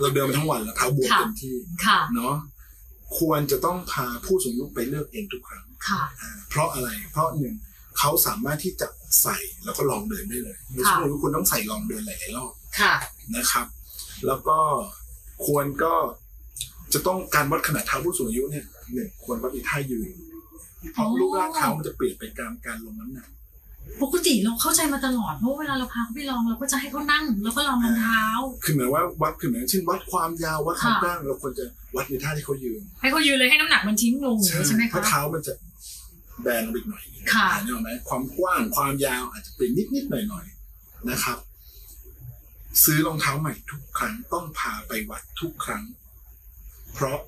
[SPEAKER 3] เราเดินมาทั้งวันแล้วเท้าบวม
[SPEAKER 2] ค่ะ
[SPEAKER 3] เต็มที่
[SPEAKER 2] ค่ะ
[SPEAKER 3] เนาะควรจะต้องพาผู้สูงอายุไปเลือกเองทุกครั้ง
[SPEAKER 2] ค่ะ
[SPEAKER 3] อ่าเพราะอะไรเพราะหนึ่งเขาสามารถที่จะใส่แล้วก็ลองเดินได้เลยในช่วงอายุคุณต้องใส่ลองเดินหลายๆรอบ
[SPEAKER 2] ค่ะ
[SPEAKER 3] นะครับ แล้วก็ควรก็จะต้องการวัดขนาดเท้าผู้สูงอายุเนี่ยหนึ่งควรวัดในท่ายืนเพราะ
[SPEAKER 2] อ๋อ
[SPEAKER 3] รูปร่างเท้ามันจะเปลี่ยนไปตามการลงน้ำหนัก
[SPEAKER 2] ปกติเราเข้าใจมาตลอดเพราะเวลาเราพาเขาไปลองเราก็จะให้เขานั่ง แล้วก็ลองรองเท้า
[SPEAKER 3] คือเหมือนว่าวัดคือเหมือนเช่นวัดความยาววัดความ
[SPEAKER 2] ค่ะ
[SPEAKER 3] กว้างเราควรจะวัดในท่าที่เขายืน
[SPEAKER 2] ให้เขายืนเลยให้น้ำหนักมันทิ้งลงอย่างนี้ใช่ไหม
[SPEAKER 3] เพราะ
[SPEAKER 2] คะ
[SPEAKER 3] เท้ามันจะแบนลงไปอีกหน่อย
[SPEAKER 2] ค่ะ
[SPEAKER 3] เห็นไหมความกว้างความยาวอาจจะเปลี่ยนนิดนิดๆหน่อยหน่อยๆนะครับ ซื้อรองเท้าใหม่ทุกครั้งต้องพาไปวัดทุกครั้ง เพราะ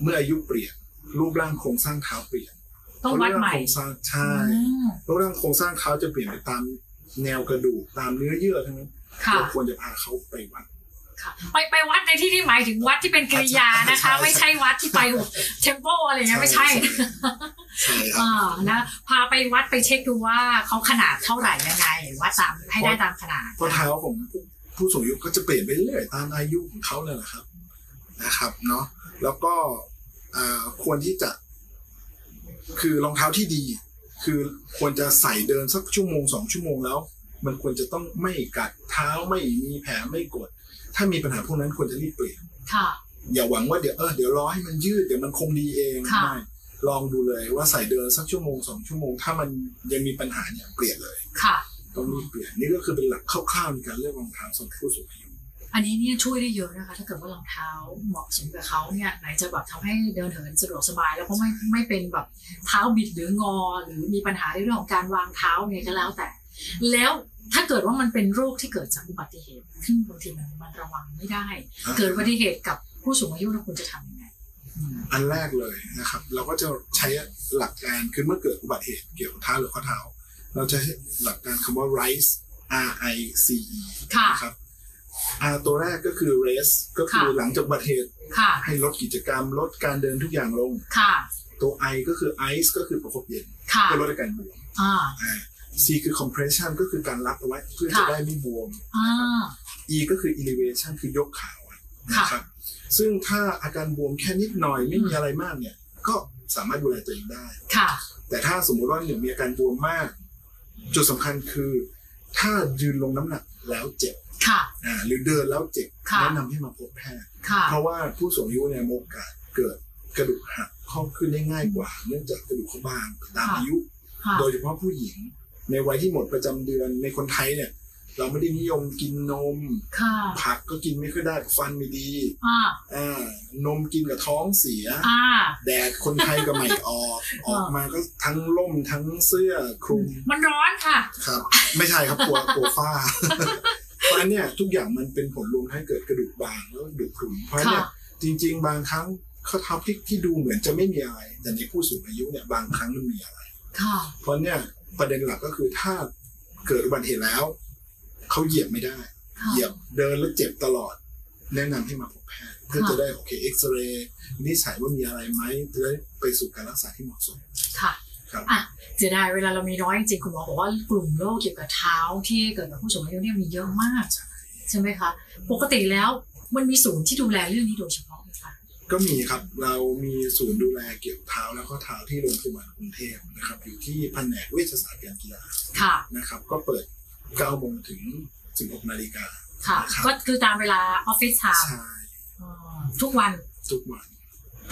[SPEAKER 3] เมื่ออายุเปลี่ยน รูปร่างโครงสร้างเท้าเปลี่ยน
[SPEAKER 2] ต้องวัดใหม่
[SPEAKER 3] โครงสร้างใช่
[SPEAKER 2] อืม
[SPEAKER 3] รูปร่างโครงสร้างเขาจะเปลี่ยนไปตามแนวกระดูกตามเนื้อเยื่อทั้งนั้น
[SPEAKER 2] ค่ะ
[SPEAKER 3] เราควรจะพาเขาไปวัด
[SPEAKER 2] ค่ะไปไปวัดในที่ที่หมายถึงวัดที่เป็นกริยานะคะ
[SPEAKER 3] ใช่ใช่
[SPEAKER 2] ไม่ใช่วัดที่ไปเทมโปอะไรอย่างเงี้ยไม่ใช่
[SPEAKER 3] ใช่ครับ
[SPEAKER 2] อ่านะพาไปวัดไปเช็คดูว่าเขาขนาดเท่าไหร่ยังไงวัดตามให้ได้ตามขนาด
[SPEAKER 3] เพราะเท้าของผู้สูงอายุก็จะเปลี่ยนไปเรื่อยตามอายุของเขาเลยนะครับนะครับเนาะแล้วก็อ่าควรที่จะ คือรองเท้าที่ดี คือควรจะใส่เดินสักชั่วโมงสองชั่วโมงแล้ว มันควรจะต้องไม่กัดเท้าไม่มีแผลไม่กด ถ้ามีปัญหาพวกนั้นควรจะรีบเปลี่ยน
[SPEAKER 2] ค่ะ
[SPEAKER 3] อย่าหวังว่าเดี๋ยวเออเดี๋ยวรอให้มันยืดเดี๋ยวมันคงดีเอง
[SPEAKER 2] ค่ะ
[SPEAKER 3] ไม่ลองดูเลยว่าใส่เดือนสักชั่วโมงสองชั่วโมง ถ้ามันยังมีปัญหาเนี่ยเปลี่ยนเลย
[SPEAKER 2] ค่ะ
[SPEAKER 3] ต้องรีบเปลี่ยนนี่ก็คือเป็นหลักคร่าวๆในการเลือกรองเท้าสำหรับผู้สูงอายุ
[SPEAKER 2] อันนี้เนี่ยช่วยได้เยอะนะคะ ถ้าเกิดว่ารองเท้าเหมาะสมกับเขาเนี่ยไหนจะแบบทำให้เดินเหินสะดวกสบาย แล้วก็ไม่ไม่เป็นแบบเท้าบิดหรืองอ หรือมีปัญหาในเรื่องของการวางเท้าไงก็แล้วแต่ แล้วถ้าเกิดว่ามันเป็นโรคที่เกิดจากอุบัติเหตุซึ่งบางทีมันมันระวังไม่ได้
[SPEAKER 3] อ่า
[SPEAKER 2] เกิดอุบัติเหตุกับผู้สูงอายุเราควรจะทำยังไงอืม
[SPEAKER 3] อันแรกเลยนะครับ เราก็จะใช้หลักการคือเมื่อเกิดอุบัติเหตุเกี่ยวกับเท้าหรือข้อเท้า เราจะใช้หลักการคำว่า rise R I C E
[SPEAKER 2] ค่ะ
[SPEAKER 3] นะครับ R ตัวแรกก็คือ rest ก็คือ
[SPEAKER 2] ค่ะ
[SPEAKER 3] หลังจากอุบัติเหตุ
[SPEAKER 2] ค่ะ
[SPEAKER 3] ให้ลดกิจกรรม ลดการเดินทุกอย่างลง
[SPEAKER 2] ค่ะ
[SPEAKER 3] ตัว I ก็คือ ice ก็คือประคบเย็น
[SPEAKER 2] ค่ะ
[SPEAKER 3] เพื่อลดอาการบวม
[SPEAKER 2] อ่า
[SPEAKER 3] อ่า C คือ compression ก็คือการรัดเอาไว้เพื่อจะ
[SPEAKER 2] ค่ะ
[SPEAKER 3] ได้ไม่บวม
[SPEAKER 2] อ่า
[SPEAKER 3] E ก็คือ elevation คือยกขาไว้
[SPEAKER 2] ค่ะ
[SPEAKER 3] นะครับ ซึ่งถ้าอาการบวมแค่นิดหน่อยไม่มีอะไรมากเนี่ย ก็สามารถดูแลตัวเองได้
[SPEAKER 2] ค่ะ
[SPEAKER 3] แต่ถ้าสมมุติว่าหนึ่งมีอาการบวมมาก จุดสำคัญคือ ถ้ายืนลงน้ำหนักแล้วเจ็บ
[SPEAKER 2] ค่ะ
[SPEAKER 3] อ่าหรือเดินแล้วเจ็บ
[SPEAKER 2] ค่ะ
[SPEAKER 3] แนะนำให้มาพบแพทย์
[SPEAKER 2] ค่ะ
[SPEAKER 3] เพราะว่าผู้สูงอายุเนี่ยมีโอกาสเกิดกระดูกหักข้อขึ้นได้ง่ายกว่า เนื่องจากกระดูกเขาบางตาม
[SPEAKER 2] ค่ะ
[SPEAKER 3] อายุ
[SPEAKER 2] ค่ะ
[SPEAKER 3] โดยเฉพาะผู้หญิง ในวัยที่หมดประจำเดือนในคนไทยเนี่ย เราไม่ได้นิยมกินนม
[SPEAKER 2] ค่ะ
[SPEAKER 3] ผักก็กินไม่ค่อยได้ฟันไม่ดี
[SPEAKER 2] อ่า
[SPEAKER 3] อ่านมกินกับท้องเสีย
[SPEAKER 2] อ่า
[SPEAKER 3] แดดคนไทยก็ไม่ออก ออกมาก็ทั้งล่มทั้งเสื้อคลุม
[SPEAKER 2] มันร้อนค่ะ
[SPEAKER 3] ครับ ไม่ใช่ครับกลัวกลัวฝ้า เพราะฉะนั้นเนี่ยทุกอย่างมันเป็นผลรวมให้เกิดกระดูกบางแล้วกระดูกพรุนเพราะฉะนั้นเนี่ย
[SPEAKER 2] ค่ะ
[SPEAKER 3] จริง ๆ บางครั้งข้อเท้าพลิกที่ดูเหมือนจะไม่มีอะไร แต่ในผู้สูงอายุเนี่ยบางครั้งมันมีอะไร
[SPEAKER 2] ค่ะ
[SPEAKER 3] เพราะเนี่ยประเด็นหลักก็คือถ้าเกิดอุบัติเหตุแล้วเขาเหยียบไม่ได้
[SPEAKER 2] ค่ะ
[SPEAKER 3] เหยียบเดินแล้วเจ็บตลอด แนะนำให้มาพบแพทย์เพื่อจะได้โอเคเอ็กซเรย์วินิจฉัยว่ามีอะไรไหมจะได้ไปสู่การรักษาที่เหมาะสม
[SPEAKER 2] ค่ะ
[SPEAKER 3] ครับ
[SPEAKER 2] อ่ะเสียดายเวลาเรามีน้อยจริงๆคุณหมอบอกว่ากลุ่มโรคเกี่ยวกับเท้าที่เกิดกับผู้สูงอายุเนี่ยมีเยอะมาก ใช่ไหมคะ ปกติแล้วมันมีศูนย์ที่ดูแลเรื่องนี้โดยเฉพาะไหมคะ
[SPEAKER 3] ก็มีครับเรามีศูนย์ดูแลเกี่ยวเท้าและข้อเท้าที่โรงพยาบาลกรุงเทพนะครับอยู่ที่แผนกเวชศาสตร์การกีฬา
[SPEAKER 2] ค่ะ
[SPEAKER 3] นะครับก็เปิด9โมงถึง 16นาฬิกา
[SPEAKER 2] ค่ะ
[SPEAKER 3] ครับ
[SPEAKER 2] ก็คือตามเวลาออฟฟิศไทม์
[SPEAKER 3] ใช่
[SPEAKER 2] ทุกวัน
[SPEAKER 3] ทุกวัน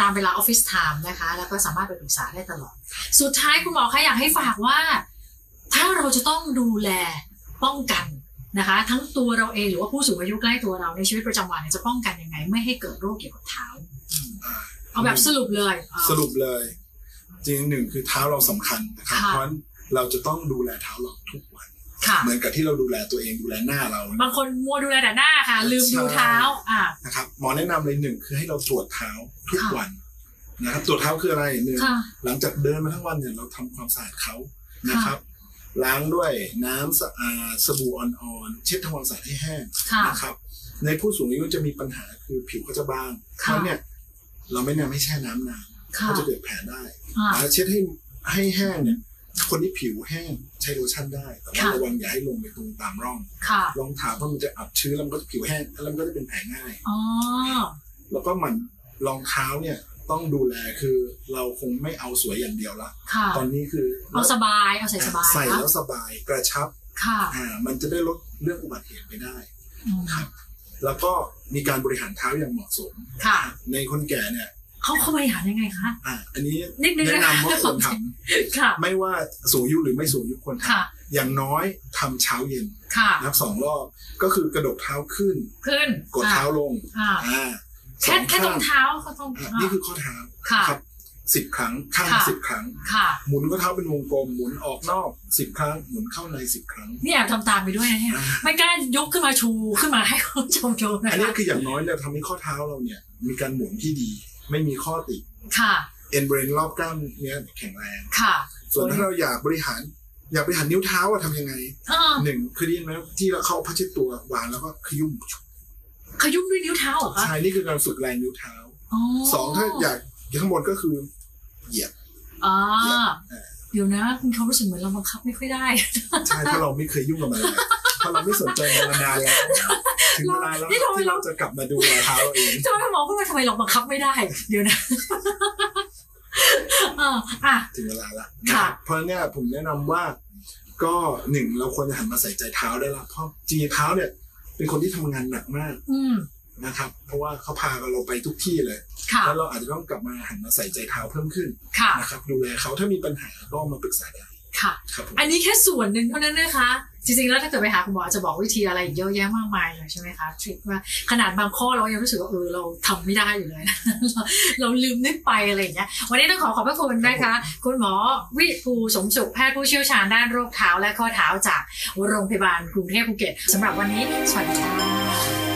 [SPEAKER 2] ตามเวลาออฟฟิศไทม์นะคะ แล้วก็สามารถไปปรึกษาได้ตลอด สุดท้ายคุณหมอคะอยากให้ฝากว่า ถ้าเราจะต้องดูแลป้องกันนะคะ ทั้งตัวเราเองหรือว่าผู้สูงอายุใกล้ตัวเราในชีวิตประจำวันเนี่ยจะป้องกันยังไง ไม่ให้เกิดโรคเกี่ยวกับเท้า
[SPEAKER 3] อ่า
[SPEAKER 2] เอาแบบสรุปเลยเอา
[SPEAKER 3] สรุปเลย จริงหนึ่งคือเท้าเราสำคัญนะครับ
[SPEAKER 2] ค่ะ
[SPEAKER 3] เพราะฉะนั้นเราจะต้องดูแลเท้าเราทุกวัน
[SPEAKER 2] ค่ะ
[SPEAKER 3] เหมือนกับที่เราดูแลตัวเองดูแลหน้าเรา
[SPEAKER 2] บางคนมัวดูแลแต่หน้าค่ะ ลืมดูเท้า อ่า
[SPEAKER 3] นะครับหมอแนะนำเลยหนึ่งคือให้เราตรวจเท้าทุก
[SPEAKER 2] ค่ะ
[SPEAKER 3] วันนะครับตรวจเท้าคืออะไรหนึ่ง
[SPEAKER 2] ค่ะ
[SPEAKER 3] หลังจากเดินมาทั้งวันเนี่ยเราทำความสะอาดเขานะครับล้างด้วยน้ำสะอาดสบู่อ่อนๆเช็ดทำความสะอาดให้แห้ง
[SPEAKER 2] ค่ะ
[SPEAKER 3] นะครับในผู้สูงอายุจะมีปัญหาคือผิวก็จะบางเพ
[SPEAKER 2] ค่ะ
[SPEAKER 3] ราะเนี่ยเราไม่แนะนำให้แช่น้ำนาน
[SPEAKER 2] ค่ะ
[SPEAKER 3] เขาจะเกิดแผลได้
[SPEAKER 2] อ่า
[SPEAKER 3] อ่าเช็ดให้ให้แห้งเนี่ยคนที่ผิวแห้งใช้โลชั่นได้ แต่ว่า
[SPEAKER 2] ค่ะ
[SPEAKER 3] ระวังอย่าให้ลงไปตรงตามร่อง
[SPEAKER 2] ค่ะ
[SPEAKER 3] รองเท้าเพราะมันจะอับชื้นแล้วมันก็ผิวแห้งแล้วมันก็จะเป็นแผลง่าย
[SPEAKER 2] อ๋อ
[SPEAKER 3] แล้วก็หมันรองเท้าเนี่ยต้องดูแลคือเราคงไม่เอาสวยอย่างเดียวละ
[SPEAKER 2] ค่ะ
[SPEAKER 3] ตอนนี้คือ
[SPEAKER 2] เอาสบาย เอาใส่สบาย
[SPEAKER 3] ใส่
[SPEAKER 2] นะ
[SPEAKER 3] แล้วสบายกระชับ
[SPEAKER 2] ค่ะ
[SPEAKER 3] อ่ามันจะได้ลดเรื่องอุบัติเหตุไปได้
[SPEAKER 2] อืม
[SPEAKER 3] ครับ แล้วก็มีการบริหารเท้าอย่างเหมาะสม
[SPEAKER 2] ค่ะ
[SPEAKER 3] ในคนแก่เนี่ย
[SPEAKER 2] เขาเขาบริหารยังไงคะ
[SPEAKER 3] อ่าอันนี้
[SPEAKER 2] นิดนึง
[SPEAKER 3] แนะ
[SPEAKER 2] นะ
[SPEAKER 3] นำว่าควรท
[SPEAKER 2] ค่ะ
[SPEAKER 3] ำไม่ว่าสูงอายุหรือไม่สูงอายุควรท
[SPEAKER 2] ค่ะ
[SPEAKER 3] ำอย่างน้อยทำเช้าเย็น
[SPEAKER 2] ค่ะ
[SPEAKER 3] นะครับสองรอบก็คือกระดกเท้าขึ้น
[SPEAKER 2] ขึ้น
[SPEAKER 3] กดเท้าลง
[SPEAKER 2] อ่า
[SPEAKER 3] อ่าส
[SPEAKER 2] แค่
[SPEAKER 3] อง
[SPEAKER 2] แค่ตรง
[SPEAKER 3] ข้าง
[SPEAKER 2] เท้าเขาตรง
[SPEAKER 3] อ่ะ
[SPEAKER 2] อ่า
[SPEAKER 3] นี่คือข้อเท้า
[SPEAKER 2] ค่ะ
[SPEAKER 3] ครับสิบครั้งข้าง
[SPEAKER 2] ค่ะ
[SPEAKER 3] ละสิบครั้ง
[SPEAKER 2] ค่ะ
[SPEAKER 3] หมุนก็เท้าเป็นวงกลม หมุนออกนอกสิบครั้ง หมุนเข้าในสิบครั้ง
[SPEAKER 2] นี่แอบทำตามไปด้วยนะเนี่ย
[SPEAKER 3] อ่า
[SPEAKER 2] ไม่กล้ายกขึ้นมาชูขึ้นมาให้คุณผู้ชมดูนะ
[SPEAKER 3] อันนี้
[SPEAKER 2] คะ
[SPEAKER 3] คืออย่างน้อยเราทำให้ข้อเท้าเราเนี่ย มีการหมุนที่ดี ไม่มีข้อติด
[SPEAKER 2] ค่ะ
[SPEAKER 3] เอ็นเบรนรอบกล้ามเนื้อแข็งแรง
[SPEAKER 2] ค่ะ
[SPEAKER 3] ส่วนถ้าเราอยากบริหาร อยากบริหารนิ้วเท้าอะทำยังไง
[SPEAKER 2] อ่า
[SPEAKER 3] หนึ่งเคยได้ยินไหมที่เราเข้าเอาผ้าเช็ดตัววางแล้วก็ขยุ่ม
[SPEAKER 2] ขยุ้มด้วยนิ้วเท้าเหรอคะ
[SPEAKER 3] ใช่นี่คือการฝึกแรงนิ้วเท้า
[SPEAKER 2] อ๋อ
[SPEAKER 3] สองถ้าอยากอยู่ข้างบนก็คือเหยียบ
[SPEAKER 2] อ่า
[SPEAKER 3] เหยียบเออ
[SPEAKER 2] เดี๋ยวนะ คุณเขารู้สึกเหมือนเราบังคับไม่ค่อยได้
[SPEAKER 3] ใช่เพราะเราไม่เคยยุ่งกับมันเลยเพราะเราไม่สนใจมันมานาน แล้วถึงเวลาแล้ว
[SPEAKER 2] นี่ทำไม
[SPEAKER 3] ที่เราจะกลับมาดูรอยเท้าเราเอง
[SPEAKER 2] ทำไมหมอพูดว่าทำไมเราบังคับไม่ได้ เดี๋ยวนะ อ่าอ่ะ
[SPEAKER 3] ถึงเวลาละ
[SPEAKER 2] ค่ะ
[SPEAKER 3] เพราะเนี่ยผมแนะนำว่า ก็หนึ่งเราควรจะหันมาใส่ใจเท้าได้วยละเพราะจริงๆเท้าเนี่ย เป็นคนที่ทำงานหนักมาก
[SPEAKER 2] อืม
[SPEAKER 3] นะครับ เพราะว่าเขาพาเราไปทุกที่เลย
[SPEAKER 2] ค่ะ
[SPEAKER 3] แล้วเราอาจจะต้องกลับมาหันมาใส่ใจเท้าเพิ่มขึ้น
[SPEAKER 2] ค่ะ
[SPEAKER 3] นะครับ ดูแลเขาถ้ามีปัญหาก็มาปรึกษาได้
[SPEAKER 2] ค่ะ
[SPEAKER 3] ครับผม
[SPEAKER 2] อันนี้แค่ส่วนหนึ่งเท่านั้นนะคะ จริงๆแล้วถ้าเกิดไปหาคุณหมออาจจะบอกวิธีอะไรอีกเยอะแยะมากมายเลยใช่ไหมคะทริคว่าขนาดบางข้อเรายังรู้สึกว่าเออเราทำไม่ได้อยู่ เลยนะ เราเราลืมนึกไปอะไรอย่างเงี้ยวันนี้ต้องขอขอบพระคุณนะคะ คุณหมอวิภูสมสุขแพทย์ผู้เชี่ยวชาญด้านโรคเท้าและข้อเท้าจากโรงพยาบาลกรุงเทพภูเก็ตสำหรับวันนี้สวัสดีค่ะ
[SPEAKER 3] ส